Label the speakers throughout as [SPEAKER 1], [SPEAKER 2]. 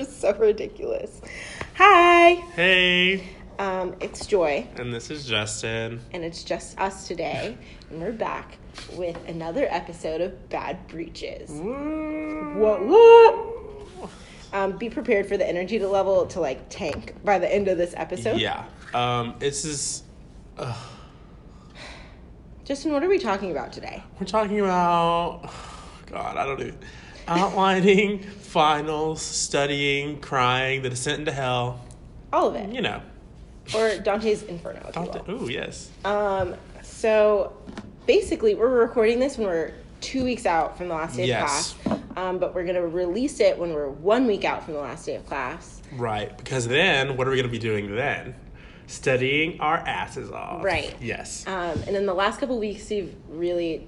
[SPEAKER 1] stuff ridiculous. Hi,
[SPEAKER 2] Hey,
[SPEAKER 1] um, it's Joy,
[SPEAKER 2] and this is Justin.
[SPEAKER 1] and it's just us today, and we're back with another episode of Bad Breaches. What? Um, be prepared for the energy to level to like tank by the end of this episode.
[SPEAKER 2] Yeah. Um, this is. Uh,
[SPEAKER 1] Justin, what are we talking about today?
[SPEAKER 2] we're talking about. God, I don't even. Outlining, finals, studying, crying, the descent into hell.
[SPEAKER 1] All of it,
[SPEAKER 2] You know.
[SPEAKER 1] or Dante's Inferno. If you will.
[SPEAKER 2] Ooh, yes.
[SPEAKER 1] Um, so basically, we're recording this when we're two weeks out from the last day
[SPEAKER 2] Yes.
[SPEAKER 1] of class, um, but we're going to release it when we're one week out from the last day of class.
[SPEAKER 2] Right. Because then, what are we going to be doing then? Studying our asses off.
[SPEAKER 1] Right.
[SPEAKER 2] Yes.
[SPEAKER 1] Um, and in the last couple weeks, you've really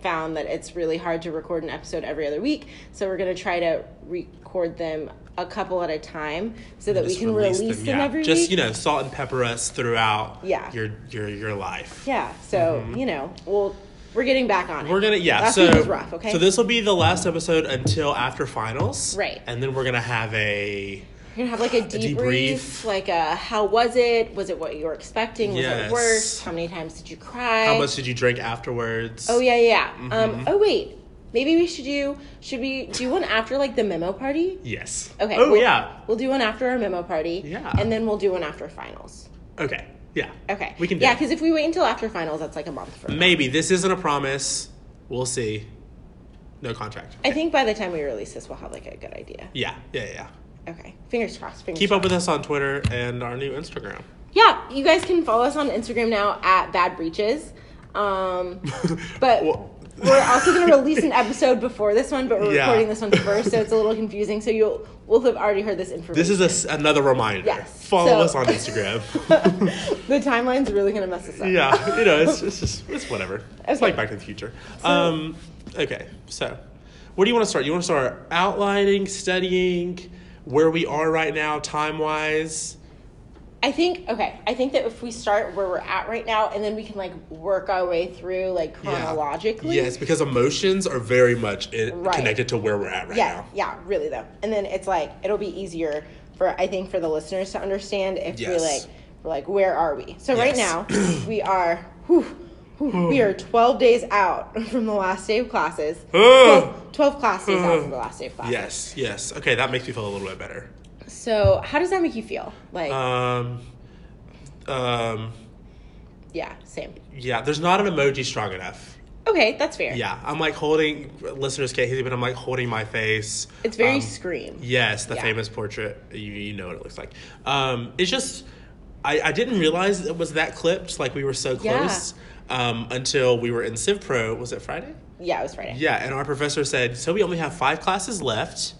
[SPEAKER 1] found that it's really hard to record an episode every other week, so we're going to try to record them a couple at a time so that we
[SPEAKER 2] Just
[SPEAKER 1] can release, them,
[SPEAKER 2] yeah.
[SPEAKER 1] every
[SPEAKER 2] Just,
[SPEAKER 1] week.
[SPEAKER 2] you know, salt and pepper us throughout
[SPEAKER 1] Yeah.
[SPEAKER 2] your, your, your life.
[SPEAKER 1] yeah, so, you know, we'll, we're getting back on it.
[SPEAKER 2] Mm-hmm. We're gonna yeah.
[SPEAKER 1] Last
[SPEAKER 2] so
[SPEAKER 1] week was rough, okay?
[SPEAKER 2] So this will be the last episode until after finals,
[SPEAKER 1] Right.
[SPEAKER 2] And then we're gonna have a
[SPEAKER 1] You're gonna have like a
[SPEAKER 2] debrief.
[SPEAKER 1] debrief, like a how was it? Was it what you were expecting? Was
[SPEAKER 2] Yes.
[SPEAKER 1] it worse? How many times did you cry?
[SPEAKER 2] how much Mm-hmm. did you drink afterwards?
[SPEAKER 1] Oh yeah, yeah. Um, oh wait, maybe we should do should we do one after like the memo party?
[SPEAKER 2] Yes.
[SPEAKER 1] Okay.
[SPEAKER 2] Oh
[SPEAKER 1] we'll-
[SPEAKER 2] yeah.
[SPEAKER 1] We'll do one after our memo party.
[SPEAKER 2] Yeah.
[SPEAKER 1] And then we'll do one after finals.
[SPEAKER 2] Okay. Yeah.
[SPEAKER 1] Okay.
[SPEAKER 2] We can. Do
[SPEAKER 1] Yeah,
[SPEAKER 2] it.
[SPEAKER 1] because if we wait until after finals, that's like a month from. now.
[SPEAKER 2] maybe this isn't a promise. We'll see. No contract.
[SPEAKER 1] I think by the time we release this, we'll have like a good idea.
[SPEAKER 2] Yeah. Yeah. Yeah.
[SPEAKER 1] Okay. Fingers crossed. Fingers
[SPEAKER 2] Keep up with us on Twitter and our new Instagram.
[SPEAKER 1] Yeah, you guys can follow us on Instagram now at Bad Breaches. Um, but
[SPEAKER 2] Well-
[SPEAKER 1] we're also going to release an episode before this one, but we're
[SPEAKER 2] Yeah.
[SPEAKER 1] recording this one first, so it's a little confusing. So you'll will have already heard this information.
[SPEAKER 2] This is a s another reminder.
[SPEAKER 1] Yes.
[SPEAKER 2] Follow
[SPEAKER 1] So-
[SPEAKER 2] us on Instagram.
[SPEAKER 1] the timeline's really going to mess us up.
[SPEAKER 2] yeah. You know, it's, it's just it's whatever.
[SPEAKER 1] Okay.
[SPEAKER 2] It's like Back to the Future. um, okay. So, where do you want to start? You want to start outlining, studying, where we are right now, time wise.
[SPEAKER 1] I think okay. I think that if we start where we're at right now, and then we can like work our way through like chronologically.
[SPEAKER 2] Yes, because emotions are very much in,
[SPEAKER 1] Right.
[SPEAKER 2] connected to where we're at right
[SPEAKER 1] Yeah,
[SPEAKER 2] now.
[SPEAKER 1] yeah, really though. And then it's like it'll be easier for I think for the listeners to understand if we
[SPEAKER 2] Yes.
[SPEAKER 1] like we're like where are we? So right now
[SPEAKER 2] Yes.
[SPEAKER 1] we are whew, whew, we are 12 days out from the last day of classes.
[SPEAKER 2] Ugh.
[SPEAKER 1] 12, 12 class days out from the last day of classes.
[SPEAKER 2] Yes. Yes. Okay, that makes me feel a little bit better.
[SPEAKER 1] So how does that make you feel? Like
[SPEAKER 2] Um. Um.
[SPEAKER 1] yeah, same.
[SPEAKER 2] Yeah. There's not an emoji strong enough.
[SPEAKER 1] Okay, that's fair.
[SPEAKER 2] Yeah, I'm like holding listeners can't hear me, but I'm like holding my face.
[SPEAKER 1] It's very
[SPEAKER 2] Um,
[SPEAKER 1] scream.
[SPEAKER 2] Yes, the
[SPEAKER 1] Yeah.
[SPEAKER 2] famous portrait. You, you know what it looks like. Um, it's just, I, I didn't realize it was that clipped. Like we were so
[SPEAKER 1] Yeah.
[SPEAKER 2] close um, until we were in Civ Pro. Was it Friday?
[SPEAKER 1] Yeah, it was Friday.
[SPEAKER 2] Yeah, and our professor said, so we only have five classes left.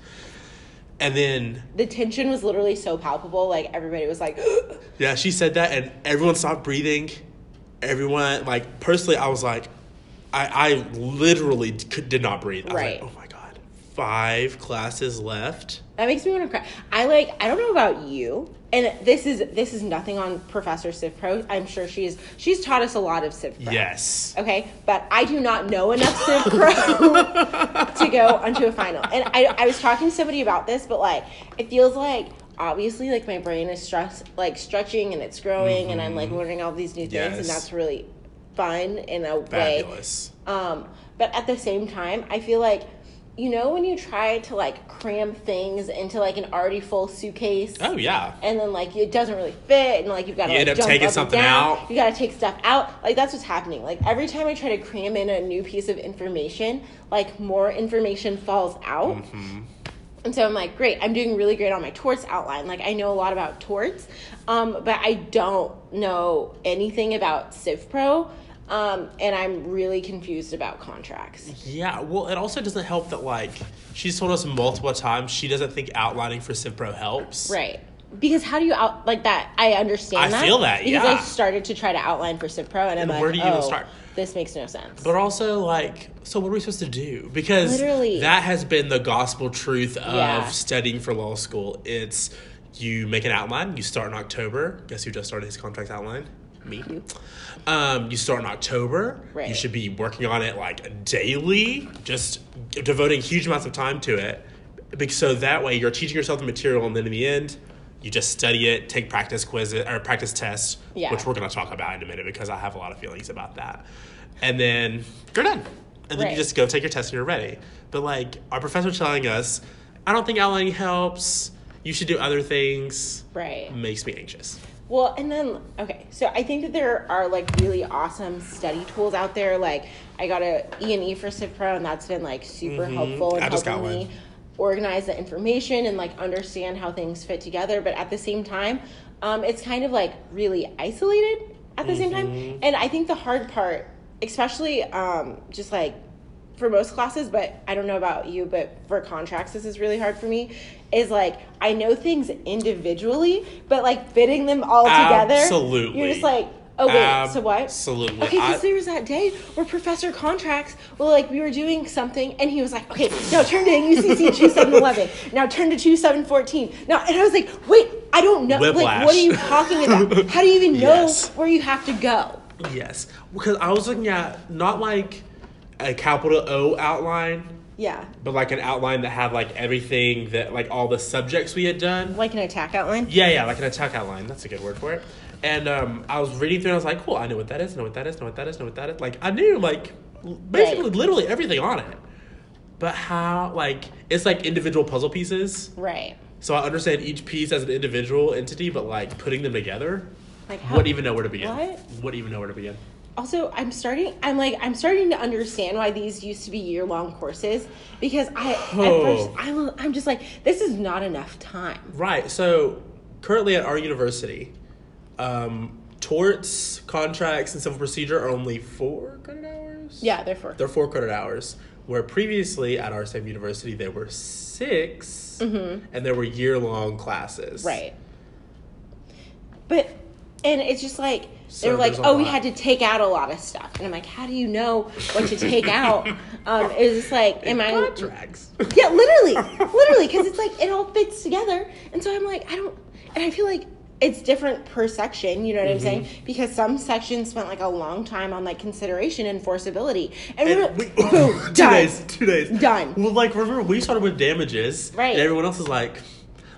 [SPEAKER 2] And then,
[SPEAKER 1] The tension was literally so palpable. Like everybody was like
[SPEAKER 2] yeah, she said that, and everyone stopped breathing. Everyone, like, personally, I was like, I, I literally could, did not breathe. I
[SPEAKER 1] Right.
[SPEAKER 2] was like, oh my God, five classes left?
[SPEAKER 1] That makes me want to cry. I like. I don't know about you, and this is this is nothing on Professor Civ Pro. I'm sure she's she's taught us a lot of Civ Pro.
[SPEAKER 2] Yes.
[SPEAKER 1] Okay, but I do not know enough Civ Pro to go onto a final. And I, I was talking to somebody about this, but like it feels like obviously like my brain is stress like stretching and it's growing and I'm like learning all these new things
[SPEAKER 2] Mm-hmm. Yes.
[SPEAKER 1] and that's really fun in a way.
[SPEAKER 2] Fabulous.
[SPEAKER 1] Um, but at the same time, I feel like, you know, when you try to like cram things into like an already full suitcase.
[SPEAKER 2] Oh, yeah.
[SPEAKER 1] And then like it doesn't really fit, and like you've got to
[SPEAKER 2] You
[SPEAKER 1] like,
[SPEAKER 2] end up
[SPEAKER 1] jump
[SPEAKER 2] taking
[SPEAKER 1] up and
[SPEAKER 2] something
[SPEAKER 1] down.
[SPEAKER 2] out.
[SPEAKER 1] You got to take stuff out. Like that's what's happening. Like every time I try to cram in a new piece of information, like more information falls out.
[SPEAKER 2] Mm-hmm.
[SPEAKER 1] And so I'm like, great, I'm doing really great on my torts outline. Like I know a lot about torts, um, but I don't know anything about Civ Pro, um, and I'm really confused about contracts.
[SPEAKER 2] Yeah, well, it also doesn't help that like she's told us multiple times she doesn't think outlining for Civpro helps.
[SPEAKER 1] Right. Because how do you out like that? I understand.
[SPEAKER 2] I
[SPEAKER 1] that
[SPEAKER 2] feel that,
[SPEAKER 1] because
[SPEAKER 2] yeah.
[SPEAKER 1] I started to try to outline for Civ Pro, and, I'm like,
[SPEAKER 2] where do you
[SPEAKER 1] oh,
[SPEAKER 2] even start?
[SPEAKER 1] This makes no sense.
[SPEAKER 2] But also like, so what are we supposed to do? Because
[SPEAKER 1] Literally.
[SPEAKER 2] that has been the gospel truth of
[SPEAKER 1] Yeah.
[SPEAKER 2] studying for law school. It's you make an outline, you start in October. Guess who just started his contract outline? Me. Um, you start in October. You
[SPEAKER 1] Right.
[SPEAKER 2] should be working on it like daily, just devoting huge amounts of time to it. Bec- So that way you're teaching yourself the material, and then in the end, you just study it, take practice quizzes or practice tests,
[SPEAKER 1] Yeah.
[SPEAKER 2] which we're going to talk about in a minute because I have a lot of feelings about that. And then you're done. And then
[SPEAKER 1] Right.
[SPEAKER 2] you just go take your test and you're ready. But like our professor telling us, I don't think outlining helps. You should do other things.
[SPEAKER 1] Right.
[SPEAKER 2] Makes me anxious.
[SPEAKER 1] Well, and then okay, so I think that there are like really awesome study tools out there. Like I got a E and E for CivPro, and that's been like super helpful in
[SPEAKER 2] Mm-hmm. I just got
[SPEAKER 1] helping me
[SPEAKER 2] one.
[SPEAKER 1] organize the information and like understand how things fit together. But at the same time, um, it's kind of like really isolated at the same
[SPEAKER 2] Mm-hmm.
[SPEAKER 1] time. And I think the hard part, especially um, just like for most classes, but I don't know about you, but for contracts, this is really hard for me. Is like I know things individually, but like fitting them all together,
[SPEAKER 2] Absolutely.
[SPEAKER 1] You're just like, oh wait, so what?
[SPEAKER 2] Absolutely.
[SPEAKER 1] Okay,
[SPEAKER 2] I-
[SPEAKER 1] because there was that day where Professor Contracts, well, like we were doing something, and he was like, okay, now turn to UCC two seven eleven, now turn to two seven fourteen, now, and I was like, wait, I don't know, like what
[SPEAKER 2] Whiplash.
[SPEAKER 1] are you talking about? How do you even know
[SPEAKER 2] Yes.
[SPEAKER 1] where you have to go?
[SPEAKER 2] Yes, because I was looking at not like a capital O outline,
[SPEAKER 1] Yeah,
[SPEAKER 2] but like an outline that had like everything that like all the subjects we had done.
[SPEAKER 1] like an attack outline.
[SPEAKER 2] Yeah, yeah, like an attack outline. That's a good word for it. And um, I was reading through, and I was like, "Cool, I know what that is. Know what that is. Know what that is. Know what that is." Like I knew like l- basically
[SPEAKER 1] Right.
[SPEAKER 2] literally everything on it. But how like it's like individual puzzle pieces,
[SPEAKER 1] Right.
[SPEAKER 2] so I understand each piece as an individual entity, but like putting them together,
[SPEAKER 1] Like how?
[SPEAKER 2] wouldn't even know where to begin.
[SPEAKER 1] What?
[SPEAKER 2] Wouldn't even know where to begin.
[SPEAKER 1] also i'm starting i'm like i'm starting to understand why these used to be year long courses because i
[SPEAKER 2] Oh.
[SPEAKER 1] at first I'm, I'm just like this is not enough time
[SPEAKER 2] Right. So currently at our university, um, torts, contracts, and civil procedure are only four credit hours.
[SPEAKER 1] yeah therefore
[SPEAKER 2] They're four credit hours. Where previously at our same university there were 6 and there were year long classes.
[SPEAKER 1] Mm-hmm. right but and it's just like
[SPEAKER 2] So
[SPEAKER 1] they were like
[SPEAKER 2] there's a
[SPEAKER 1] oh we
[SPEAKER 2] lot.
[SPEAKER 1] had to take out a lot of stuff and i'm like how do you know what to take out um it was just like am i
[SPEAKER 2] Contracts.
[SPEAKER 1] Yeah, literally, literally, because it's like it all fits together, and so I'm like, I don't, and I feel like it's different per section. You know what I'm saying? Because some sections spent like a long time on like consideration and forcibility, and, we're
[SPEAKER 2] And we, two
[SPEAKER 1] done.
[SPEAKER 2] days, two days.
[SPEAKER 1] Done.
[SPEAKER 2] Well, like remember we started with damages,
[SPEAKER 1] Right.
[SPEAKER 2] And everyone else is like,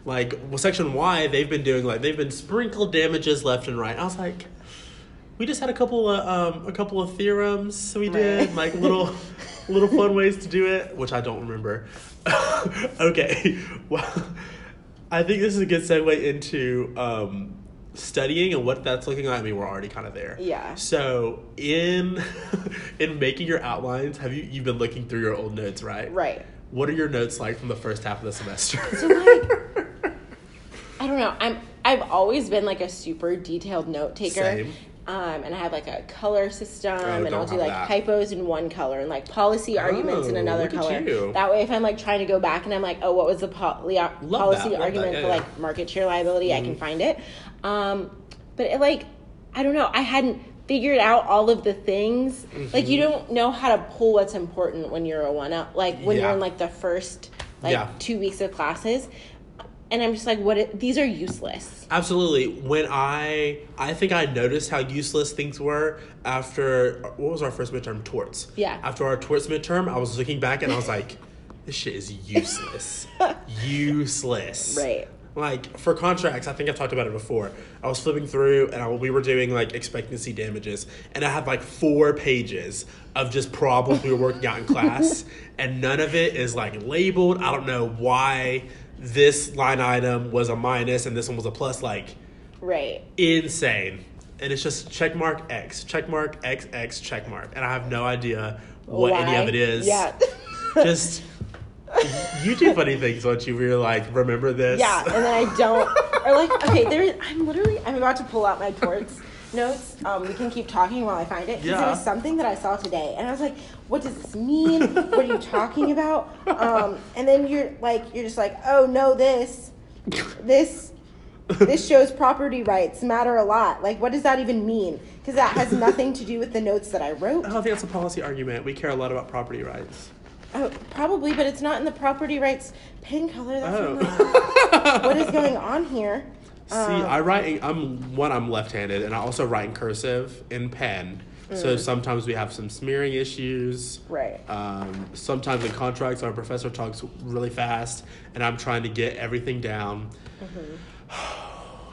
[SPEAKER 2] like well, section Y. They've been doing like they've been sprinkled damages left and right. I was like, we just had a couple of um, a couple of theorems we did,
[SPEAKER 1] Right.
[SPEAKER 2] like little little fun ways to do it, which I don't remember. okay, well, I think this is a good segue into um, studying and what that's looking like. I mean, we're already kind of there.
[SPEAKER 1] Yeah.
[SPEAKER 2] So in in making your outlines, have you you've been looking through your old notes, right?
[SPEAKER 1] Right.
[SPEAKER 2] What are your notes like from the first half of the semester?
[SPEAKER 1] So like, I don't know. I'm I've always been like a super detailed note taker.
[SPEAKER 2] Same. Oh,
[SPEAKER 1] Um, and I have like a color system, and
[SPEAKER 2] don't
[SPEAKER 1] I'll do
[SPEAKER 2] have
[SPEAKER 1] like
[SPEAKER 2] that.
[SPEAKER 1] typos in one color and like policy arguments in
[SPEAKER 2] Oh,
[SPEAKER 1] another
[SPEAKER 2] look at
[SPEAKER 1] color.
[SPEAKER 2] you.
[SPEAKER 1] That way, if I'm like trying to go back and I'm like, oh, what was the poli- policy
[SPEAKER 2] that, love
[SPEAKER 1] argument
[SPEAKER 2] that,
[SPEAKER 1] for
[SPEAKER 2] yeah, Mm.
[SPEAKER 1] like market share liability? I can find it. Um, but it, like, I don't know. I hadn't figured out all of the things. Like,
[SPEAKER 2] Mm-hmm.
[SPEAKER 1] you don't know how to pull what's important when you're a one up. Like when you're
[SPEAKER 2] Yeah.
[SPEAKER 1] in like the first like
[SPEAKER 2] Yeah.
[SPEAKER 1] two weeks of classes and i'm just like what it, these are useless
[SPEAKER 2] Absolutely. When I I think I noticed how useless things were after what was our first midterm? Torts.
[SPEAKER 1] Yeah.
[SPEAKER 2] After our torts midterm, I was looking back and I was like, this shit is useless. useless.
[SPEAKER 1] Right.
[SPEAKER 2] Like for contracts, I think I've talked about it before. I was flipping through and I, we were doing like expectancy damages, and I had like four pages of just problems we were working out in class, and none of it is like labeled. I don't know why this line item was a minus and this one was a plus. Like
[SPEAKER 1] right
[SPEAKER 2] insane. And it's just check mark X, check mark X, X, check mark. And I have no idea what any
[SPEAKER 1] Why?
[SPEAKER 2] of it is.
[SPEAKER 1] yeah
[SPEAKER 2] Just you do funny things once you are like, remember this?
[SPEAKER 1] yeah and then i don't or like okay there is, i'm literally i'm about to pull out my torts notes um, we can keep talking while i find it 'cause
[SPEAKER 2] Yeah.
[SPEAKER 1] there was something that i saw today and i was like what does this mean what are you talking about um, and then you're like you're just like oh no this this this shows property rights matter a lot like what does that even mean because that has nothing to do with the notes that i wrote
[SPEAKER 2] I don't think that's a policy argument. We care a lot about property rights.
[SPEAKER 1] Oh, probably, but it's not in the property rights pen color. That's
[SPEAKER 2] Oh.
[SPEAKER 1] not- what is going on here.
[SPEAKER 2] See, I write. in- I'm one. I'm left-handed, and I also write in cursive in pen. So sometimes we have some smearing issues.
[SPEAKER 1] Right.
[SPEAKER 2] Um, sometimes in contracts, our professor talks really fast, and I'm trying to get everything down.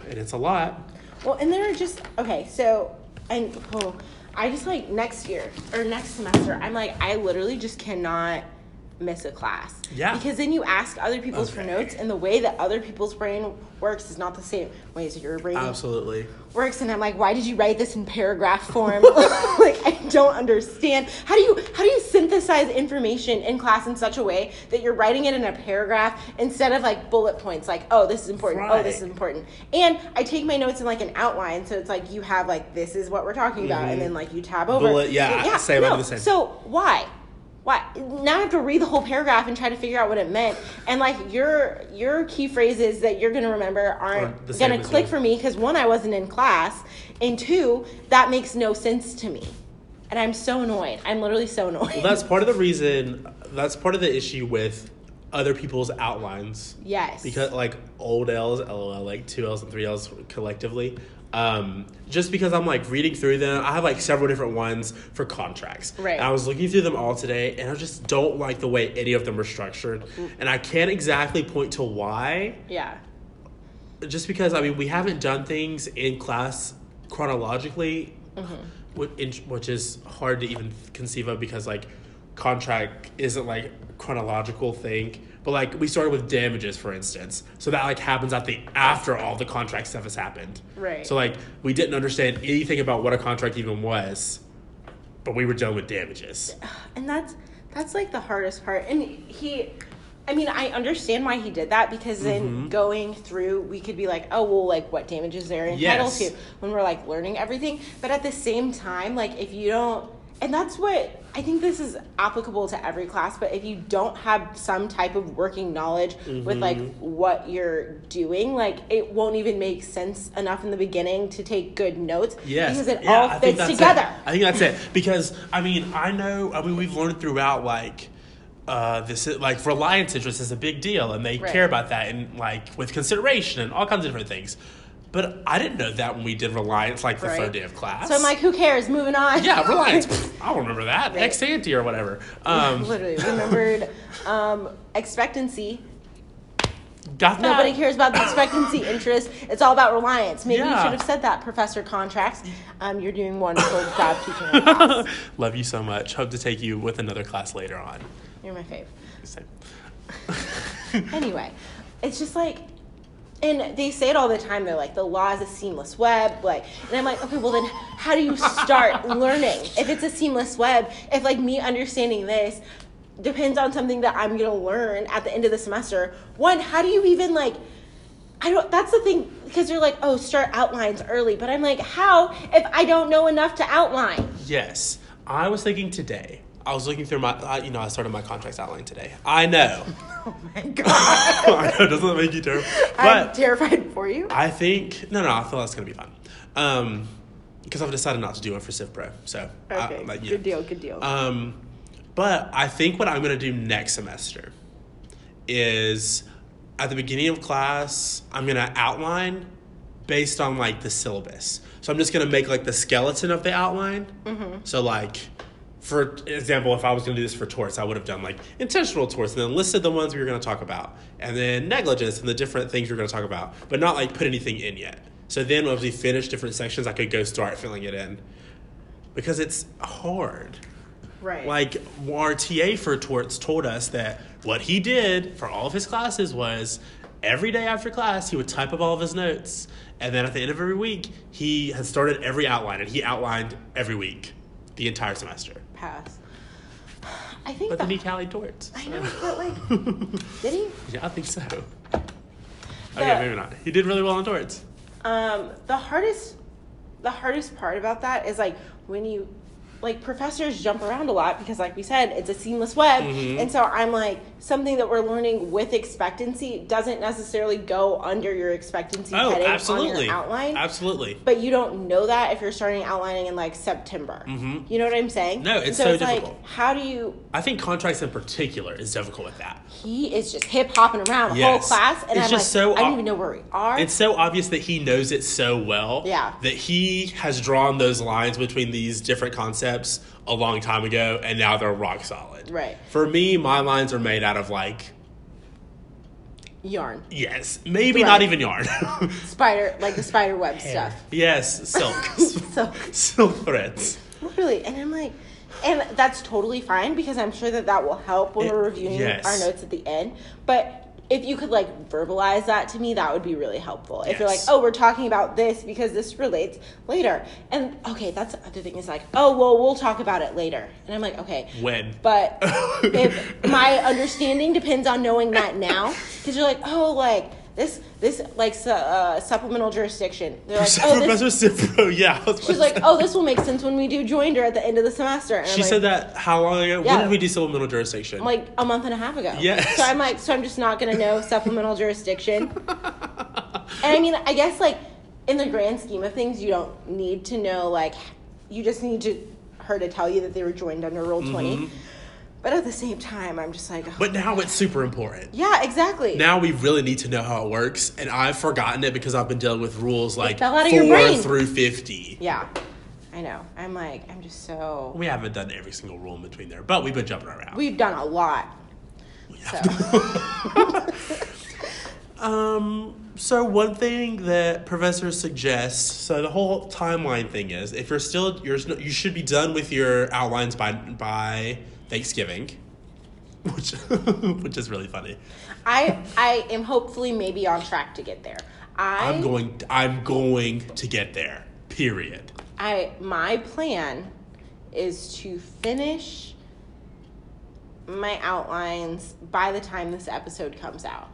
[SPEAKER 2] And it's a lot.
[SPEAKER 1] Well, and there are just okay. So and oh, I just like next year or next semester. I'm like I literally just cannot miss a class.
[SPEAKER 2] Yeah.
[SPEAKER 1] Because then you ask other people's for
[SPEAKER 2] Okay.
[SPEAKER 1] notes, and the way that other people's brain works is not the same way as your brain
[SPEAKER 2] Absolutely.
[SPEAKER 1] works. And I'm like, why did you write this in paragraph form? like I don't understand. How do you how do you synthesize information in class in such a way that you're writing it in a paragraph instead of like bullet points? Like oh this is important. Oh this is
[SPEAKER 2] Right.
[SPEAKER 1] important. And I take my notes in like an outline, so it's like you have like this is what we're talking about, and then like you tab over.
[SPEAKER 2] Mm-hmm. Bullet- yeah, same, I do the same.
[SPEAKER 1] So why? Why now I have to read the whole paragraph and try to figure out what it meant, and like your your key phrases that you're gonna remember aren't
[SPEAKER 2] Aren't the same
[SPEAKER 1] gonna
[SPEAKER 2] as
[SPEAKER 1] click
[SPEAKER 2] yours.
[SPEAKER 1] for me because one I wasn't in class, and two that makes no sense to me, and I'm so annoyed. I'm literally so annoyed.
[SPEAKER 2] Well, that's part of the reason. That's part of the issue with other people's outlines.
[SPEAKER 1] yes,
[SPEAKER 2] because like old L's, LOL, like two L's and three L's collectively. Um, just because I'm like reading through them, I have like several different ones for contracts.
[SPEAKER 1] Right.
[SPEAKER 2] And I was looking through them all today, and I just don't like the way any of them are structured, and I can't exactly point to why.
[SPEAKER 1] yeah,
[SPEAKER 2] Just because I mean we haven't done things in class chronologically, whi- in- which is hard to even conceive of because like contract isn't like chronological thing. But like we started with damages, for instance, so that like happens at the after all the contract stuff has happened.
[SPEAKER 1] Right.
[SPEAKER 2] So like we didn't understand anything about what a contract even was, but we were done with damages.
[SPEAKER 1] and that's that's like the hardest part and he i mean i understand why he did that because
[SPEAKER 2] Mm-hmm.
[SPEAKER 1] then going through we could be like oh well like what damages they're entitled
[SPEAKER 2] Yes.
[SPEAKER 1] to when we're like learning everything but at the same time like if you don't and that's what i think this is applicable to every class but if you don't have some type of working knowledge with like
[SPEAKER 2] Mm-hmm.
[SPEAKER 1] what you're doing like it won't even make sense enough in the beginning to take good notes
[SPEAKER 2] Yes.
[SPEAKER 1] because it
[SPEAKER 2] Yeah,
[SPEAKER 1] all
[SPEAKER 2] I
[SPEAKER 1] fits
[SPEAKER 2] think that's it.
[SPEAKER 1] together
[SPEAKER 2] I think that's it. Because I mean, I know. I mean, we've learned throughout like uh, this is- like reliance interest is a big deal, and they
[SPEAKER 1] Right.
[SPEAKER 2] care about that and like with consideration and all kinds of different things. But I didn't know that when we did reliance, like the
[SPEAKER 1] Right.
[SPEAKER 2] third day of class.
[SPEAKER 1] so i'm like who cares moving on
[SPEAKER 2] yeah, reliance. Pfft, I don't remember that. Ex ante or whatever. Um,
[SPEAKER 1] Literally remembered um, expectancy.
[SPEAKER 2] got that.
[SPEAKER 1] Nobody cares about the expectancy interest. It's all about reliance. Maybe you
[SPEAKER 2] Yeah.
[SPEAKER 1] should have said that, Professor Contracts. Um, you're doing a wonderful job teaching our class.
[SPEAKER 2] Love you so much. Hope to take you with another class later on.
[SPEAKER 1] You're my fave.
[SPEAKER 2] Same.
[SPEAKER 1] Anyway, it's just like, and they say it all the time. They're like, the law is a seamless web. Like, and I'm like, okay, well then, how do you start learning if it's a seamless web? If like me understanding this depends on something that I'm gonna learn at the end of the semester. One, how do you even like? I don't. That's the thing because you're like, oh, start outlines early. But I'm like, how if I don't know enough to outline?
[SPEAKER 2] Yes. I was thinking today. I was looking through my, I, you know, I started my contracts outline today. I know.
[SPEAKER 1] Oh my god,
[SPEAKER 2] I know, doesn't that make you terrible?
[SPEAKER 1] I'm
[SPEAKER 2] But
[SPEAKER 1] terrified for you.
[SPEAKER 2] I think, no, no, I feel that's going to be fun. Um, because I've decided not to do it for Civ Pro. So, I-
[SPEAKER 1] Okay,
[SPEAKER 2] like, yeah.
[SPEAKER 1] good deal, good deal.
[SPEAKER 2] Um, but I think what I'm going to do next semester is at the beginning of class, I'm going to outline based on like the syllabus. So I'm just going to make like the skeleton of the outline. So, like, for example, if I was going to do this for torts, I would have done like intentional torts and then listed the ones we were going to talk about and then negligence and the different things we are going to talk about, but not like put anything in yet. So then, once we finish different sections, I could go start filling it in because it's hard.
[SPEAKER 1] right.
[SPEAKER 2] Like our TA for torts told us that what he did for all of his classes was every day after class he would type up all of his notes, and then at the end of every week he had started every outline, and he outlined every week the entire semester.
[SPEAKER 1] pass. I think
[SPEAKER 2] But
[SPEAKER 1] the,
[SPEAKER 2] then he tallied torts.
[SPEAKER 1] I know, but like, did he?
[SPEAKER 2] Yeah, I think so. Okay,
[SPEAKER 1] The-
[SPEAKER 2] maybe not. He did really well on torts.
[SPEAKER 1] Um, the hardest, the hardest part about that is like when you,
[SPEAKER 2] Mm-hmm.
[SPEAKER 1] like professors jump around a lot because, like we said, it's a seamless web, and so I'm like something that we're learning with expectancy doesn't necessarily go under your expectancy
[SPEAKER 2] Oh,
[SPEAKER 1] heading on
[SPEAKER 2] absolutely.
[SPEAKER 1] your outline.
[SPEAKER 2] Absolutely.
[SPEAKER 1] But you don't know that if you're starting outlining in like September. You know what I'm saying?
[SPEAKER 2] Mm-hmm. No, it's
[SPEAKER 1] so,
[SPEAKER 2] so
[SPEAKER 1] it's
[SPEAKER 2] difficult.
[SPEAKER 1] Like, how do you?
[SPEAKER 2] I think contracts in particular is difficult with that.
[SPEAKER 1] He is just hip hopping around the whole
[SPEAKER 2] Yes.
[SPEAKER 1] class, and
[SPEAKER 2] It's
[SPEAKER 1] I'm
[SPEAKER 2] just
[SPEAKER 1] like,
[SPEAKER 2] so
[SPEAKER 1] I don't
[SPEAKER 2] ob-
[SPEAKER 1] even know where we are.
[SPEAKER 2] It's so obvious that he knows it so well.
[SPEAKER 1] Yeah.
[SPEAKER 2] That he has drawn those lines between these different concepts a long time ago, and now they're rock solid.
[SPEAKER 1] Right.
[SPEAKER 2] For me, my lines are made out of like,
[SPEAKER 1] Yarn,
[SPEAKER 2] yes, maybe
[SPEAKER 1] Thread.
[SPEAKER 2] not even yarn.
[SPEAKER 1] spider, like the spider web stuff.
[SPEAKER 2] yes, silk.
[SPEAKER 1] Silk.
[SPEAKER 2] Silk threads.
[SPEAKER 1] Really, and I'm like, and that's totally fine because I'm sure that that will help when
[SPEAKER 2] It-
[SPEAKER 1] we're reviewing
[SPEAKER 2] yes.
[SPEAKER 1] our notes at the end. But if you could like verbalize that to me, that would be really helpful. If you're like,
[SPEAKER 2] Yes.
[SPEAKER 1] oh, we're talking about this because this relates later, and okay, that's the other thing is like, oh, well, we'll talk about it later, and I'm like, okay,
[SPEAKER 2] When?
[SPEAKER 1] But if my understanding depends on knowing that now, because you're like, oh, like. This this like su- uh, supplemental jurisdiction. They're like, oh, this
[SPEAKER 2] Professor Cipro, yeah. I was about
[SPEAKER 1] She's
[SPEAKER 2] to
[SPEAKER 1] like,
[SPEAKER 2] say.
[SPEAKER 1] oh, this will make sense when we do joined her at the end of the semester. And
[SPEAKER 2] She
[SPEAKER 1] I'm
[SPEAKER 2] said
[SPEAKER 1] like,
[SPEAKER 2] that how long ago?
[SPEAKER 1] Yeah.
[SPEAKER 2] When did we do supplemental jurisdiction?
[SPEAKER 1] like a month and a half ago.
[SPEAKER 2] Yes.
[SPEAKER 1] So I'm like, so I'm just not gonna know supplemental jurisdiction. and I mean, I guess like in the grand scheme of things, you don't need to know like, you just need to her to tell you that they were joined under Rule 20. But at the same time, I'm just like, oh.
[SPEAKER 2] Mm-hmm. but now it's super important.
[SPEAKER 1] yeah, exactly.
[SPEAKER 2] Now we really need to know how it works, and I've forgotten it because I've been dealing with rules like
[SPEAKER 1] fell out of your
[SPEAKER 2] four
[SPEAKER 1] brain.
[SPEAKER 2] through fifty.
[SPEAKER 1] yeah, I know. I'm like, I'm just so.
[SPEAKER 2] We haven't done every single rule in between there, but we've been jumping around.
[SPEAKER 1] We've done a lot. So
[SPEAKER 2] um, so one thing that professor suggests, so the whole timeline thing is, if you're still, you're, you should be done with your outlines by by Thanksgiving, which which is really funny.
[SPEAKER 1] I I am hopefully maybe on track to get there. I
[SPEAKER 2] I'm going. I'm going to get there. Period.
[SPEAKER 1] I my plan is to finish my outlines by the time this episode comes out.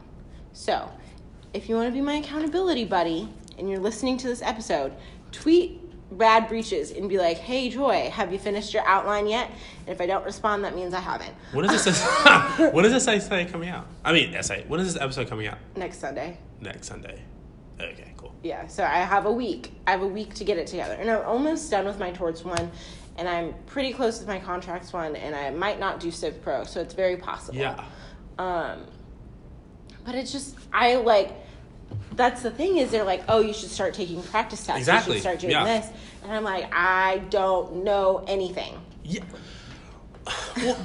[SPEAKER 1] So, if you want to be my accountability buddy and you're listening to this episode, tweet Rad Breaches and be like, "Hey Joy, have you finished your outline yet?" And if I don't respond, that means I haven't.
[SPEAKER 2] When is this? when is this essay coming out? I mean, essay. When is this episode coming out?
[SPEAKER 1] Next Sunday.
[SPEAKER 2] Next Sunday. Okay, cool.
[SPEAKER 1] yeah so i have a week i have a week to get it together and i'm almost done with my torts one and i'm pretty close with my contracts one and i might not do civ pro so it's very possible
[SPEAKER 2] Yeah.
[SPEAKER 1] um but it's just i like that's the thing is they're like oh you should start taking practice tests you
[SPEAKER 2] Exactly,
[SPEAKER 1] should start doing
[SPEAKER 2] yeah.
[SPEAKER 1] this and i'm like i don't know anything
[SPEAKER 2] Yeah. Well,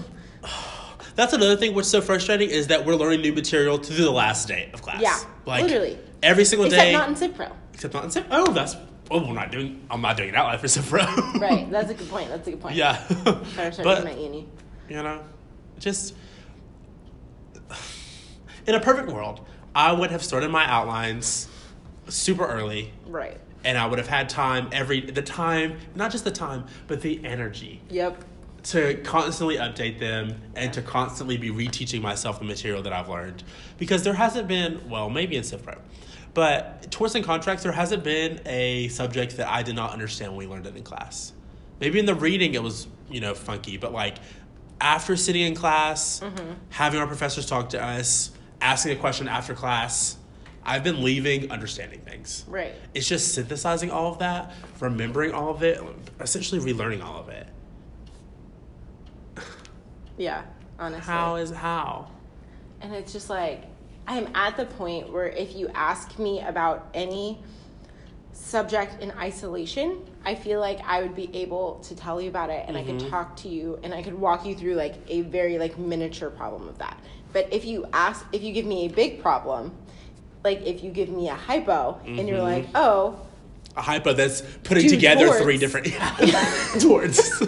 [SPEAKER 2] that's another thing. What's so frustrating is that we're learning new material to the last day of class.
[SPEAKER 1] Yeah, literally.
[SPEAKER 2] every single
[SPEAKER 1] except
[SPEAKER 2] day.
[SPEAKER 1] not in civ pro
[SPEAKER 2] except not in Sep- Oh, that's. Oh, we're not doing. I'm not doing it out live for Sephora.
[SPEAKER 1] right that's a good point that's a good point
[SPEAKER 2] yeah.
[SPEAKER 1] Better start
[SPEAKER 2] But-
[SPEAKER 1] doing my uni.
[SPEAKER 2] You know, just in a perfect world, I would have started my outlines super early
[SPEAKER 1] right
[SPEAKER 2] and I would have had time every the time, not just the time, but the energy
[SPEAKER 1] yep
[SPEAKER 2] to constantly update them and to constantly be reteaching myself the material that I've learned because there hasn't been, well, maybe in Cipro, but towards and contracts, there hasn't been a subject that I did not understand when we learned it in class. Maybe in the reading it was, you know, funky, but like after sitting in class, having our professors talk to us, asking a question after class, I've been leaving understanding things
[SPEAKER 1] right
[SPEAKER 2] it's just synthesizing all of that, remembering all of it, essentially relearning all of it.
[SPEAKER 1] yeah honestly
[SPEAKER 2] How is how?
[SPEAKER 1] And it's just like, I'm at the point where if you ask me about any subject in isolation, I feel like I would be able to tell you about it and I
[SPEAKER 2] Mm-hmm.
[SPEAKER 1] could talk to you and I could walk you through like a very like miniature problem of that. But if you ask, if you give me a big problem, like if you give me a hypo and
[SPEAKER 2] Mm-hmm.
[SPEAKER 1] you're like, oh,
[SPEAKER 2] A hypo that's putting
[SPEAKER 1] Dude,
[SPEAKER 2] together three
[SPEAKER 1] torts.
[SPEAKER 2] different yeah, torts.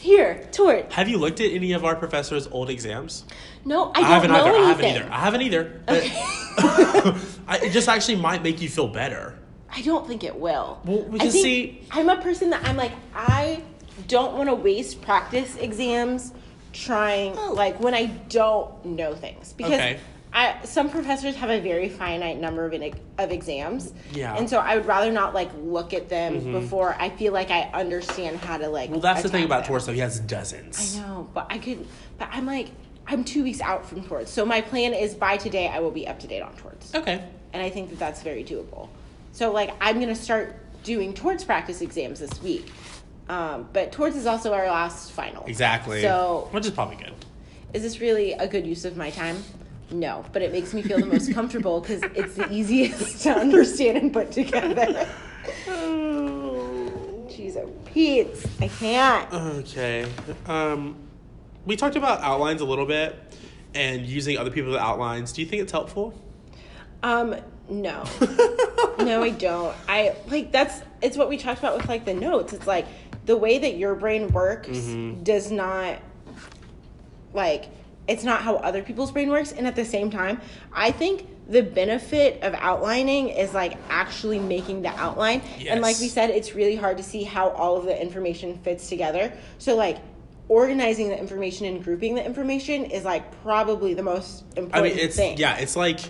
[SPEAKER 1] here, tort.
[SPEAKER 2] Have you looked at any of our professors' old exams?
[SPEAKER 1] No, I,
[SPEAKER 2] I, haven't
[SPEAKER 1] don't know
[SPEAKER 2] either. I haven't
[SPEAKER 1] anything.
[SPEAKER 2] either. I haven't either. But I, it just actually might make you feel better.
[SPEAKER 1] I don't think it will.
[SPEAKER 2] Well, we
[SPEAKER 1] I
[SPEAKER 2] can
[SPEAKER 1] think
[SPEAKER 2] see-
[SPEAKER 1] I'm a person that I'm like I don't want to waste practice exams trying like when I don't know things because
[SPEAKER 2] Oh. Okay.
[SPEAKER 1] I some professors have a very finite number of in, of exams.
[SPEAKER 2] Yeah. Mm-hmm.
[SPEAKER 1] And so I would rather not like look at them before I feel like I understand how to like
[SPEAKER 2] Well, that's the thing
[SPEAKER 1] attack
[SPEAKER 2] about
[SPEAKER 1] them.
[SPEAKER 2] torts, though. He has dozens.
[SPEAKER 1] I know, but I could but I'm like I'm two weeks out from torts. So my plan is by today I will be up to date on torts.
[SPEAKER 2] Okay.
[SPEAKER 1] And I think that that's very doable. So like I'm going to start doing torts practice exams this week. Um, but torts is also our last final.
[SPEAKER 2] Exactly.
[SPEAKER 1] So
[SPEAKER 2] which is probably good.
[SPEAKER 1] is this really a good use of my time? No, but it makes me feel the most comfortable because it's the easiest to understand and put together. Jeez, oh, Pete, I can't.
[SPEAKER 2] Okay. Um, we talked about outlines a little bit and using other people's outlines. Do you think it's helpful?
[SPEAKER 1] Um, no, no, I don't. I like that's it's what we talked about with like the notes. It's like the way that your brain works
[SPEAKER 2] Mm-hmm.
[SPEAKER 1] does not like it's not how other people's brain works and at the same time i think the benefit of outlining is like actually making the outline and like
[SPEAKER 2] Yes.
[SPEAKER 1] we said it's really hard to see how all of the information fits together so like organizing the information and grouping the information is like probably the most important
[SPEAKER 2] I mean, it's
[SPEAKER 1] thing
[SPEAKER 2] yeah, it's like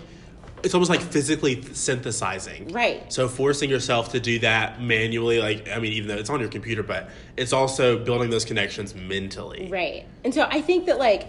[SPEAKER 2] it's almost like physically synthesizing.
[SPEAKER 1] Right.
[SPEAKER 2] So forcing yourself to do that manually, like I mean, even though it's on your computer, but it's also building those connections mentally.
[SPEAKER 1] Right. And so I think that like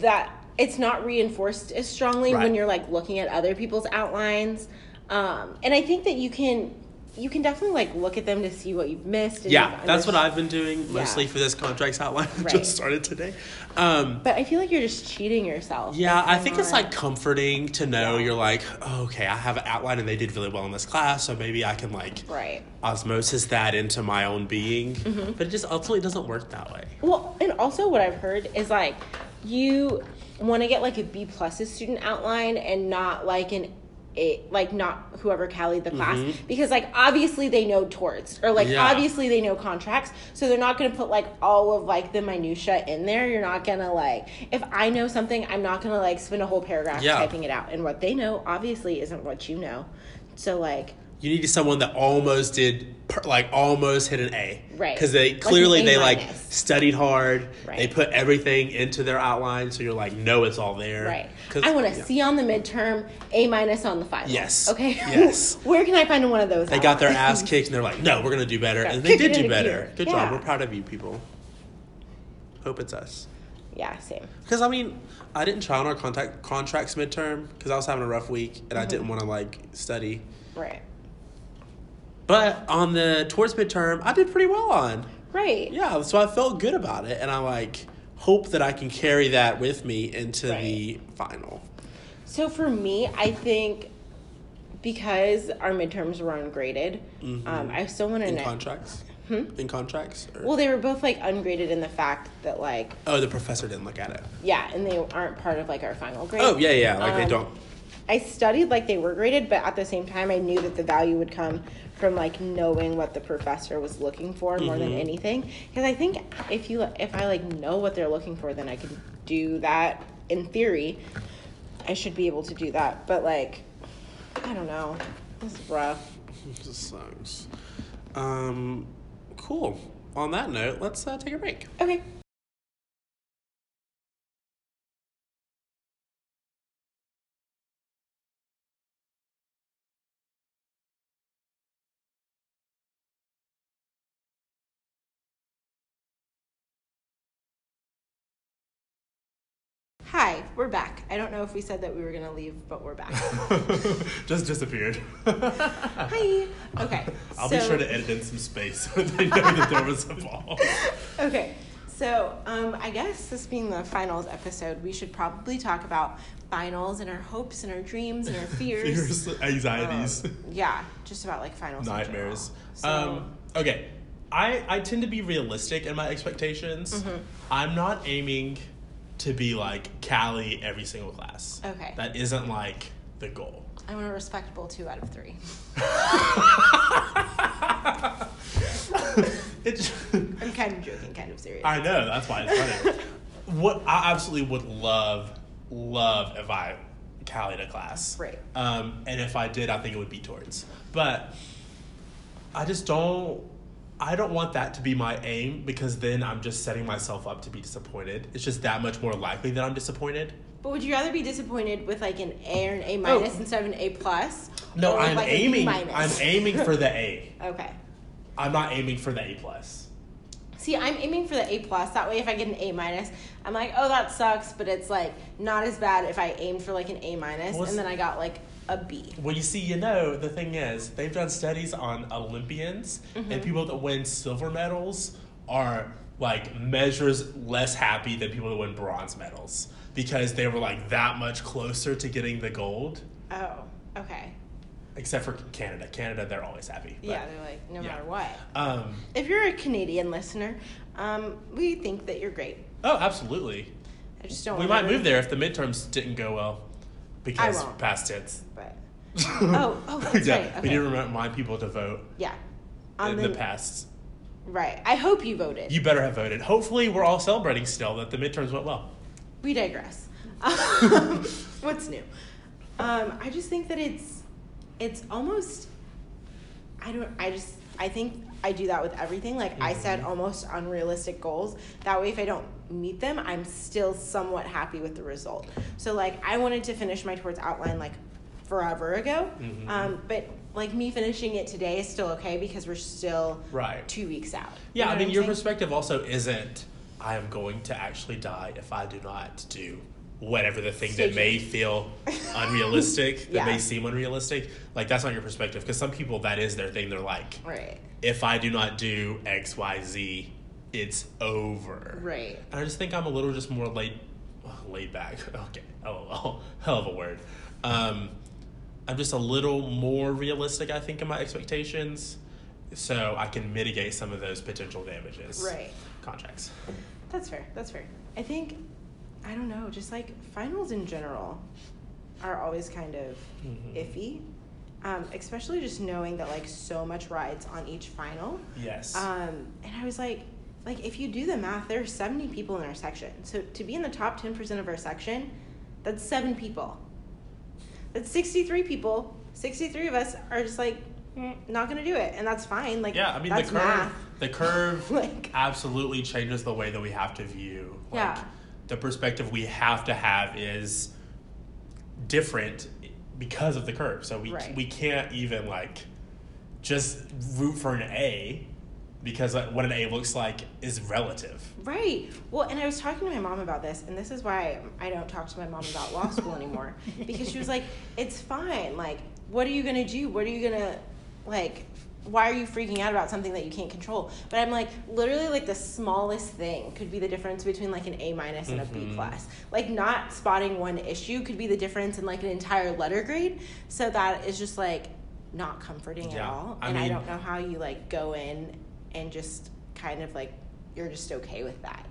[SPEAKER 1] that it's not reinforced as strongly when
[SPEAKER 2] Right.
[SPEAKER 1] you're like looking at other people's outlines. Um, and I think that you can you can definitely like look at them to see what you've missed. And
[SPEAKER 2] Yeah,
[SPEAKER 1] you've
[SPEAKER 2] that's what
[SPEAKER 1] underst-
[SPEAKER 2] I've been doing mostly
[SPEAKER 1] Yeah.
[SPEAKER 2] for this contracts outline that
[SPEAKER 1] Right.
[SPEAKER 2] just started today. Um,
[SPEAKER 1] But I feel like you're just cheating yourself.
[SPEAKER 2] Yeah,
[SPEAKER 1] if
[SPEAKER 2] I
[SPEAKER 1] you're
[SPEAKER 2] think it's
[SPEAKER 1] not-
[SPEAKER 2] like comforting to know you're like, oh, okay, I have an outline and they did really well in this class, so maybe I can like
[SPEAKER 1] right. Mm-hmm.
[SPEAKER 2] osmosis that into my own being. But it just ultimately doesn't work that way.
[SPEAKER 1] Well, and also what I've heard is like you want to get like a B plus as student outline and not like an A, like not whoever tallied the class because like obviously they know torts or like
[SPEAKER 2] Mm-hmm. Yeah.
[SPEAKER 1] obviously they know contracts, so they're not going to put like all of like the minutia in there. You're not going to like if I know something, I'm not going to like spend a whole paragraph
[SPEAKER 2] Yeah.
[SPEAKER 1] typing it out. And what they know obviously isn't what you know. So like
[SPEAKER 2] You need someone that almost did, per- like almost hit an A.
[SPEAKER 1] Right.
[SPEAKER 2] Because they
[SPEAKER 1] Like an
[SPEAKER 2] clearly
[SPEAKER 1] A
[SPEAKER 2] they like
[SPEAKER 1] minus.
[SPEAKER 2] studied hard. They
[SPEAKER 1] Right.
[SPEAKER 2] put everything into their outline, so you're like, no, it's all there.
[SPEAKER 1] Right.
[SPEAKER 2] 'Cause-
[SPEAKER 1] I want a
[SPEAKER 2] yeah.
[SPEAKER 1] C on the midterm, A minus on the final.
[SPEAKER 2] Yes.
[SPEAKER 1] Okay.
[SPEAKER 2] Yes.
[SPEAKER 1] Where can I find one of those?
[SPEAKER 2] They got their ass kicked and they're like, no, we're going to do better. And they
[SPEAKER 1] Kicked
[SPEAKER 2] did
[SPEAKER 1] it
[SPEAKER 2] do
[SPEAKER 1] in the
[SPEAKER 2] better.
[SPEAKER 1] gear.
[SPEAKER 2] Good
[SPEAKER 1] Yeah.
[SPEAKER 2] job. We're proud of you people. Hope it's us.
[SPEAKER 1] Yeah, same.
[SPEAKER 2] Because I mean, I didn't try on our contact contracts midterm because I was having a rough week and
[SPEAKER 1] Mm-hmm.
[SPEAKER 2] I didn't want to like study.
[SPEAKER 1] Right.
[SPEAKER 2] But on the towards midterm, I did pretty well on.
[SPEAKER 1] Right.
[SPEAKER 2] Yeah, so I felt good about it, and I like hope that I can carry that with me into the final.
[SPEAKER 1] So for me, I think because our midterms were ungraded, um, I still want to
[SPEAKER 2] Mm-hmm. In
[SPEAKER 1] know.
[SPEAKER 2] contracts, in contracts. Or,
[SPEAKER 1] Hmm? well, they were both like ungraded in the fact that like
[SPEAKER 2] oh, the professor didn't look at it.
[SPEAKER 1] yeah, and they aren't part of like our final grade.
[SPEAKER 2] Oh yeah, yeah. Like they
[SPEAKER 1] Um,
[SPEAKER 2] don't.
[SPEAKER 1] I studied like they were graded, but at the same time, I knew that the value would come from like knowing what the professor was looking for more than anything. Because I think if you if I like know what they're looking for, then I can do that. In theory, I should be able to do that. But like, I don't know. This is rough.
[SPEAKER 2] Just sucks. Um, cool. On that note, let's uh, take a break.
[SPEAKER 1] Okay. Hi, we're back. I don't know if we said that we were gonna leave, but we're back.
[SPEAKER 2] Just disappeared.
[SPEAKER 1] Hi. Okay.
[SPEAKER 2] I'll be
[SPEAKER 1] so-
[SPEAKER 2] sure to edit in some space so they know that there was a ball.
[SPEAKER 1] Okay, so um, I guess this being the finals episode, we should probably talk about finals and our hopes and our dreams and our fears.
[SPEAKER 2] Fears, anxieties,
[SPEAKER 1] Um, yeah, just about like finals. in general.
[SPEAKER 2] nightmares.
[SPEAKER 1] So,
[SPEAKER 2] Um, okay, I, I tend to be realistic in my expectations.
[SPEAKER 1] Mm-hmm.
[SPEAKER 2] I'm not aiming to be like Callie every single class.
[SPEAKER 1] Okay.
[SPEAKER 2] That isn't like the goal.
[SPEAKER 1] I want a respectable two out of three.
[SPEAKER 2] It's,
[SPEAKER 1] I'm kind of joking, kind of serious.
[SPEAKER 2] I know, that's why it's funny. what I absolutely would love, love if I Callie to class.
[SPEAKER 1] Right.
[SPEAKER 2] Um, and if I did, I think it would be towards. But I just don't. I don't want that to be my aim because then I'm just setting myself up to be disappointed. It's just that much more likely that I'm disappointed.
[SPEAKER 1] but would you rather be disappointed with like an A or an A minus instead of an A plus?
[SPEAKER 2] No,
[SPEAKER 1] Or with,
[SPEAKER 2] I'm
[SPEAKER 1] like, a B
[SPEAKER 2] aiming.
[SPEAKER 1] minus?
[SPEAKER 2] I'm aiming for the A.
[SPEAKER 1] Okay.
[SPEAKER 2] I'm not aiming for the A plus.
[SPEAKER 1] See, I'm aiming for the A plus. That way, if I get an A minus, I'm like, oh, that sucks, but it's like not as bad if I aimed for like an A minus
[SPEAKER 2] Well,
[SPEAKER 1] and then I got like a B.
[SPEAKER 2] Well, you see, you know, the thing is, they've done studies on Olympians,
[SPEAKER 1] Mm-hmm.
[SPEAKER 2] and people that win silver medals are like measures less happy than people that win bronze medals because they were like that much closer to getting the gold.
[SPEAKER 1] Oh, okay.
[SPEAKER 2] Except for Canada. Canada, they're always happy. but,
[SPEAKER 1] Yeah, they're like no
[SPEAKER 2] yeah.
[SPEAKER 1] matter what.
[SPEAKER 2] Um,
[SPEAKER 1] If you're a Canadian listener, um, we think that you're great.
[SPEAKER 2] oh, absolutely.
[SPEAKER 1] I just don't.
[SPEAKER 2] We
[SPEAKER 1] wanna
[SPEAKER 2] might move there if the midterms didn't go well because
[SPEAKER 1] won't.
[SPEAKER 2] past tense.
[SPEAKER 1] But oh, oh, that's
[SPEAKER 2] yeah,
[SPEAKER 1] right. Okay.
[SPEAKER 2] We didn't remind people to vote
[SPEAKER 1] yeah.
[SPEAKER 2] in
[SPEAKER 1] On
[SPEAKER 2] the
[SPEAKER 1] the,
[SPEAKER 2] past.
[SPEAKER 1] right. I hope you voted.
[SPEAKER 2] You better have voted. Hopefully, we're all celebrating still that the midterms went well.
[SPEAKER 1] we digress. Um, what's new? Um, I just think that it's it's almost I don't I just I think I do that with everything. Like
[SPEAKER 2] Mm-hmm.
[SPEAKER 1] I said, almost unrealistic goals. That way if I don't meet them, I'm still somewhat happy with the result. So like I wanted to finish my towards outline like forever ago.
[SPEAKER 2] Mhm.
[SPEAKER 1] Um, but like me finishing it today is still okay because we're still
[SPEAKER 2] Right.
[SPEAKER 1] two weeks out. You
[SPEAKER 2] Yeah,
[SPEAKER 1] know
[SPEAKER 2] I
[SPEAKER 1] what
[SPEAKER 2] mean,
[SPEAKER 1] I'm
[SPEAKER 2] your
[SPEAKER 1] saying?
[SPEAKER 2] perspective also isn't I am going to actually die if I do not do whatever the thing that
[SPEAKER 1] Stay
[SPEAKER 2] may feel unrealistic, that
[SPEAKER 1] Yeah.
[SPEAKER 2] may seem unrealistic. Like, that's not your perspective. Because some people, that is their thing. They're like,
[SPEAKER 1] Right.
[SPEAKER 2] if I do not do X, Y, Z, it's over.
[SPEAKER 1] Right.
[SPEAKER 2] And I just think I'm a little just more laid, ugh, laid back. Okay, lol, hell of a word. Um, I'm just a little more realistic, I think, in my expectations, so I can mitigate some of those potential damages.
[SPEAKER 1] Right.
[SPEAKER 2] Contracts.
[SPEAKER 1] That's fair. That's fair. I think, I don't know, just like finals in general are always kind of
[SPEAKER 2] Mhm.
[SPEAKER 1] iffy, um, especially just knowing that like so much rides on each final.
[SPEAKER 2] Yes.
[SPEAKER 1] Um, and I was like, like if you do the math, there are seventy people in our section. So to be in the top ten percent of our section, that's seven people. That's sixty-three people. Sixty-three of us are just like mm, not gonna do it, and that's fine. Like
[SPEAKER 2] yeah, I mean the
[SPEAKER 1] that's
[SPEAKER 2] curve.
[SPEAKER 1] math.
[SPEAKER 2] The curve
[SPEAKER 1] Like-
[SPEAKER 2] absolutely changes the way that we have to view. Like,
[SPEAKER 1] Yeah.
[SPEAKER 2] The perspective we have to have is different because of the curve. So we
[SPEAKER 1] Right.
[SPEAKER 2] we can't even like just root for an A because like, what an A looks like is relative.
[SPEAKER 1] Right. Well, and I was talking to my mom about this, and this is why I don't talk to my mom about law school anymore because she was like, "It's fine. Like, what are you gonna do? What are you gonna like?" Why are you freaking out about something that you can't control? But I'm like, literally, like the smallest thing could be the difference between like an A minus and a B
[SPEAKER 2] Mhm.
[SPEAKER 1] plus. Like not spotting one issue could be the difference in like an entire letter grade. So that is just like not comforting at
[SPEAKER 2] Yeah.
[SPEAKER 1] all.
[SPEAKER 2] I
[SPEAKER 1] and I
[SPEAKER 2] mean-
[SPEAKER 1] don't know how you like go in and just kind of like you're just okay with that.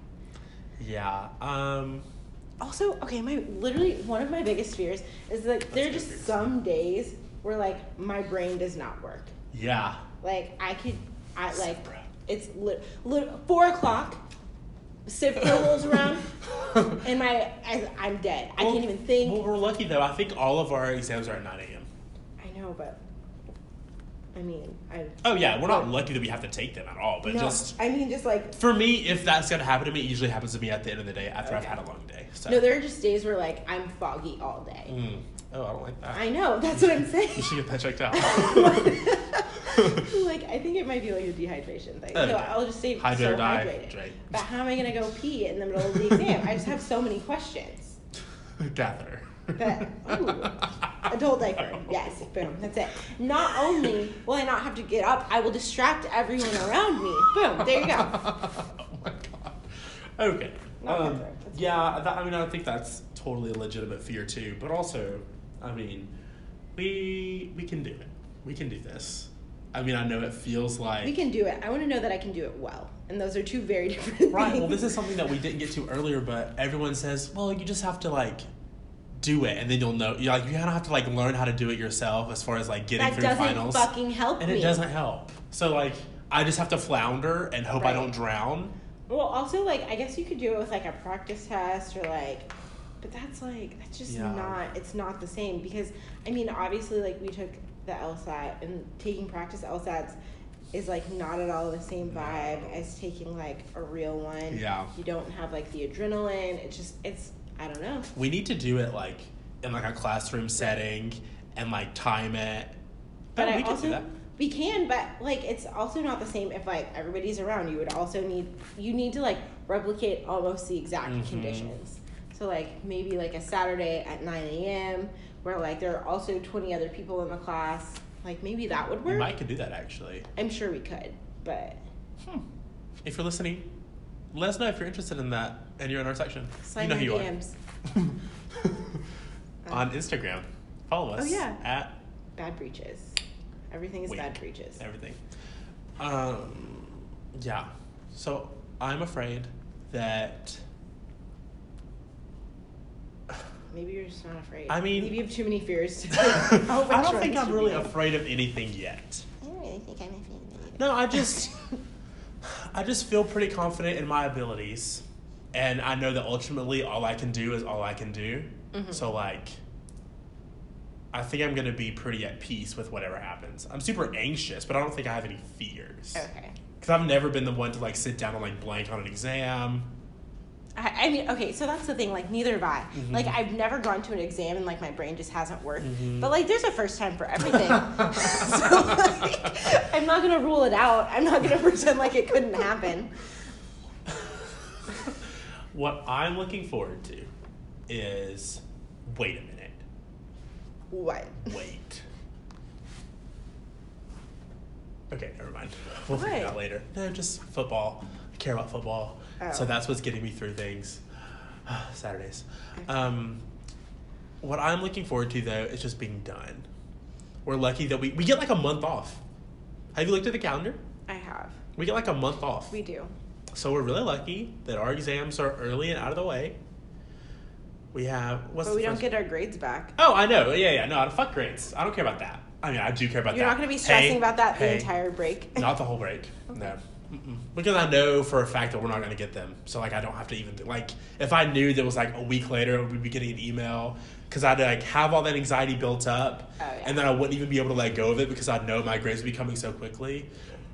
[SPEAKER 2] Yeah. Um
[SPEAKER 1] Also, okay, my literally one of my biggest fears is that there are
[SPEAKER 2] good
[SPEAKER 1] just
[SPEAKER 2] fears.
[SPEAKER 1] some days where like my brain does not work.
[SPEAKER 2] yeah.
[SPEAKER 1] Like I could, I like
[SPEAKER 2] Cipro.
[SPEAKER 1] it's li- li- four o'clock. Cipro rolls around, and my I, I'm dead. I can't even think.
[SPEAKER 2] Well, we're lucky though. I think all of our exams are at 9 a.m.
[SPEAKER 1] I know, but I mean, I
[SPEAKER 2] Oh yeah, we're not lucky that we have to take them at all, but
[SPEAKER 1] no,
[SPEAKER 2] just
[SPEAKER 1] I mean, just like
[SPEAKER 2] for me, if that's gonna happen to me, it usually happens to me at the end of the day after I've
[SPEAKER 1] Okay.
[SPEAKER 2] had a long day. So
[SPEAKER 1] no, there are just days where like I'm foggy all day.
[SPEAKER 2] Mm. Oh, I don't like that.
[SPEAKER 1] I know that's what I'm saying.
[SPEAKER 2] You should get that checked out.
[SPEAKER 1] like I think it might be like a dehydration thing.
[SPEAKER 2] Okay.
[SPEAKER 1] So I'll just stay
[SPEAKER 2] Hydrate
[SPEAKER 1] so
[SPEAKER 2] or die,
[SPEAKER 1] hydrated.
[SPEAKER 2] Drake.
[SPEAKER 1] But how am I gonna go pee in the middle of the exam? I just have so many questions.
[SPEAKER 2] Catheter.
[SPEAKER 1] But ooh, adult diaper. Yes, boom. That's it. Not only will I not have to get up, I will distract everyone around me. Boom. There you go.
[SPEAKER 2] oh my god. Okay.
[SPEAKER 1] Not
[SPEAKER 2] Um,
[SPEAKER 1] catheter. That's
[SPEAKER 2] yeah, that, I mean, I think that's totally a legitimate fear too. But also, I mean, we we can do it. We can do this. I mean, I know it feels like
[SPEAKER 1] We can do it. I want to know that I can do it well, and those are two very different
[SPEAKER 2] Right.
[SPEAKER 1] things.
[SPEAKER 2] Well, this is something that we didn't get to earlier, but everyone says, well, you just have to like do it, and then you'll know. You like you kind of have to like learn how to do it yourself, as far as like getting
[SPEAKER 1] that
[SPEAKER 2] through
[SPEAKER 1] doesn't
[SPEAKER 2] finals,
[SPEAKER 1] fucking help
[SPEAKER 2] and
[SPEAKER 1] me.
[SPEAKER 2] it doesn't help. So like, I just have to flounder and hope I
[SPEAKER 1] Right.
[SPEAKER 2] don't drown.
[SPEAKER 1] Well, also like I guess you could do it with like a practice test or like, but that's like that's just
[SPEAKER 2] Yeah.
[SPEAKER 1] not it's not the same because I mean obviously like we took the LSAT and taking practice LSATs is like not at all the same vibe as taking like a real one.
[SPEAKER 2] Yeah.
[SPEAKER 1] you don't have like the adrenaline. It's just it's I don't know.
[SPEAKER 2] We need to do it like in like a classroom setting and like time it.
[SPEAKER 1] But
[SPEAKER 2] oh,
[SPEAKER 1] I
[SPEAKER 2] we can
[SPEAKER 1] also
[SPEAKER 2] do that.
[SPEAKER 1] We can, but like it's also not the same if like everybody's around. You would also need you need to like replicate almost the exact
[SPEAKER 2] Mhm.
[SPEAKER 1] conditions. So like maybe like a Saturday at nine a.m. where like there are also twenty other people in the class. Like maybe that would work.
[SPEAKER 2] Mike could do that actually.
[SPEAKER 1] I'm sure we could, but
[SPEAKER 2] Hmm. If you're listening, let us know if you're interested in that and you're in our section.
[SPEAKER 1] slide
[SPEAKER 2] you know
[SPEAKER 1] my
[SPEAKER 2] who you
[SPEAKER 1] DMs.
[SPEAKER 2] are. On Instagram, follow us
[SPEAKER 1] Oh, yeah.
[SPEAKER 2] at
[SPEAKER 1] Bad breaches. Everything is
[SPEAKER 2] Wink.
[SPEAKER 1] bad breaches.
[SPEAKER 2] everything. Um, yeah. So I'm afraid that
[SPEAKER 1] Maybe you're just not afraid.
[SPEAKER 2] I mean-
[SPEAKER 1] maybe you have too many fears. Oh,
[SPEAKER 2] I don't think I'm really afraid of anything yet.
[SPEAKER 1] I don't really think I'm afraid.
[SPEAKER 2] No, I just I just feel pretty confident in my abilities. And I know that ultimately all I can do is all I can do.
[SPEAKER 1] Mm-hmm.
[SPEAKER 2] So like I think I'm gonna be pretty at peace with whatever happens. I'm super anxious, but I don't think I have any fears.
[SPEAKER 1] Okay.
[SPEAKER 2] Cause I've never been the one to like sit down and like blank on an exam.
[SPEAKER 1] I, I mean, okay, so that's the thing. Like, neither have I.
[SPEAKER 2] Mm-hmm.
[SPEAKER 1] Like, I've never gone to an exam and like my brain just hasn't worked.
[SPEAKER 2] Mm-hmm.
[SPEAKER 1] But like, there's a first time for everything. so like, I'm not gonna rule it out. I'm not gonna pretend like it couldn't happen.
[SPEAKER 2] What I'm looking forward to is wait a minute.
[SPEAKER 1] What?
[SPEAKER 2] Wait. Okay, never mind. We'll figure it out
[SPEAKER 1] What?
[SPEAKER 2] later. No, just football. I care about football. So
[SPEAKER 1] Oh.
[SPEAKER 2] that's what's getting me through things. Saturdays. Um, what I'm looking forward to though is just being done. We're lucky that we, we get like a month off. Have you looked at the calendar?
[SPEAKER 1] I have.
[SPEAKER 2] We get like a month off.
[SPEAKER 1] We do.
[SPEAKER 2] So we're really lucky that our exams are early and out of the way. We have what's
[SPEAKER 1] But
[SPEAKER 2] the
[SPEAKER 1] we don't
[SPEAKER 2] first-
[SPEAKER 1] get our grades back.
[SPEAKER 2] Oh, I know. Yeah, yeah. No, fuck grades. I don't care about that. I mean, I do care about
[SPEAKER 1] You're
[SPEAKER 2] that.
[SPEAKER 1] not gonna be stressing
[SPEAKER 2] Hey,
[SPEAKER 1] about that the
[SPEAKER 2] hey,
[SPEAKER 1] entire break.
[SPEAKER 2] Not the whole break. No. Mm-mm. Because I know for a fact that we're not gonna get them. So like, I don't have to even like. If I knew there was like a week later, we'd be getting an email because I'd like have all that anxiety built up,
[SPEAKER 1] Oh, yeah.
[SPEAKER 2] and then I wouldn't even be able to let go of it because I know my grades would be coming so quickly.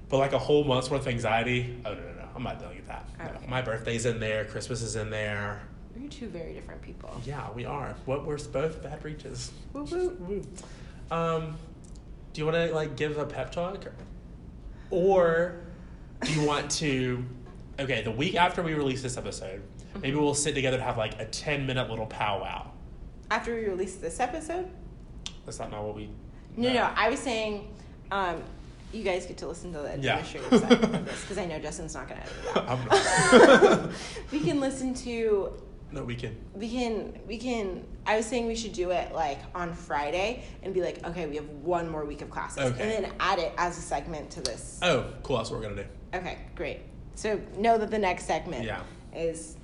[SPEAKER 2] But like a whole month's worth of anxiety. Oh no, no, no. I'm not dealing with that. No.
[SPEAKER 1] Okay.
[SPEAKER 2] My birthday's in there. Christmas is in there.
[SPEAKER 1] You're two very different people.
[SPEAKER 2] Yeah, we are. What we're both bad breaches.
[SPEAKER 1] Woo woo.
[SPEAKER 2] Woo. Um, do you want to like give a pep talk, or do you want to? Okay, the week after we release this episode, maybe we'll sit together and have like a ten minute little powwow.
[SPEAKER 1] After we release this episode?
[SPEAKER 2] That's not not what we.
[SPEAKER 1] No, no, I was saying um, you guys get to listen to the
[SPEAKER 2] Yeah.
[SPEAKER 1] administrative side of this because I know Justin's not going to edit it out.
[SPEAKER 2] I'm not.
[SPEAKER 1] We can listen to,
[SPEAKER 2] no, we can.
[SPEAKER 1] we can, we can, I was saying we should do it like on Friday and be like, okay, we have one more week of classes.
[SPEAKER 2] Okay.
[SPEAKER 1] And then add it as a segment to this.
[SPEAKER 2] Oh, cool. That's what we're gonna do.
[SPEAKER 1] Okay, great. So know that the next segment
[SPEAKER 2] Yeah.
[SPEAKER 1] is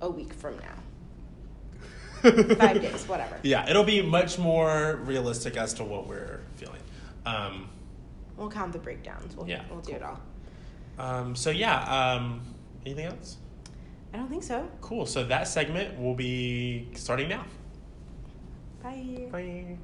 [SPEAKER 1] a week from now, five days, whatever.
[SPEAKER 2] Yeah, it'll be much more realistic as to what we're feeling. Um,
[SPEAKER 1] We'll count the breakdowns. We'll,
[SPEAKER 2] Yeah,
[SPEAKER 1] we'll do it all.
[SPEAKER 2] um, so yeah. Um, anything else?
[SPEAKER 1] I don't think so.
[SPEAKER 2] Cool. So that segment will be starting now.
[SPEAKER 1] Bye.
[SPEAKER 2] Bye.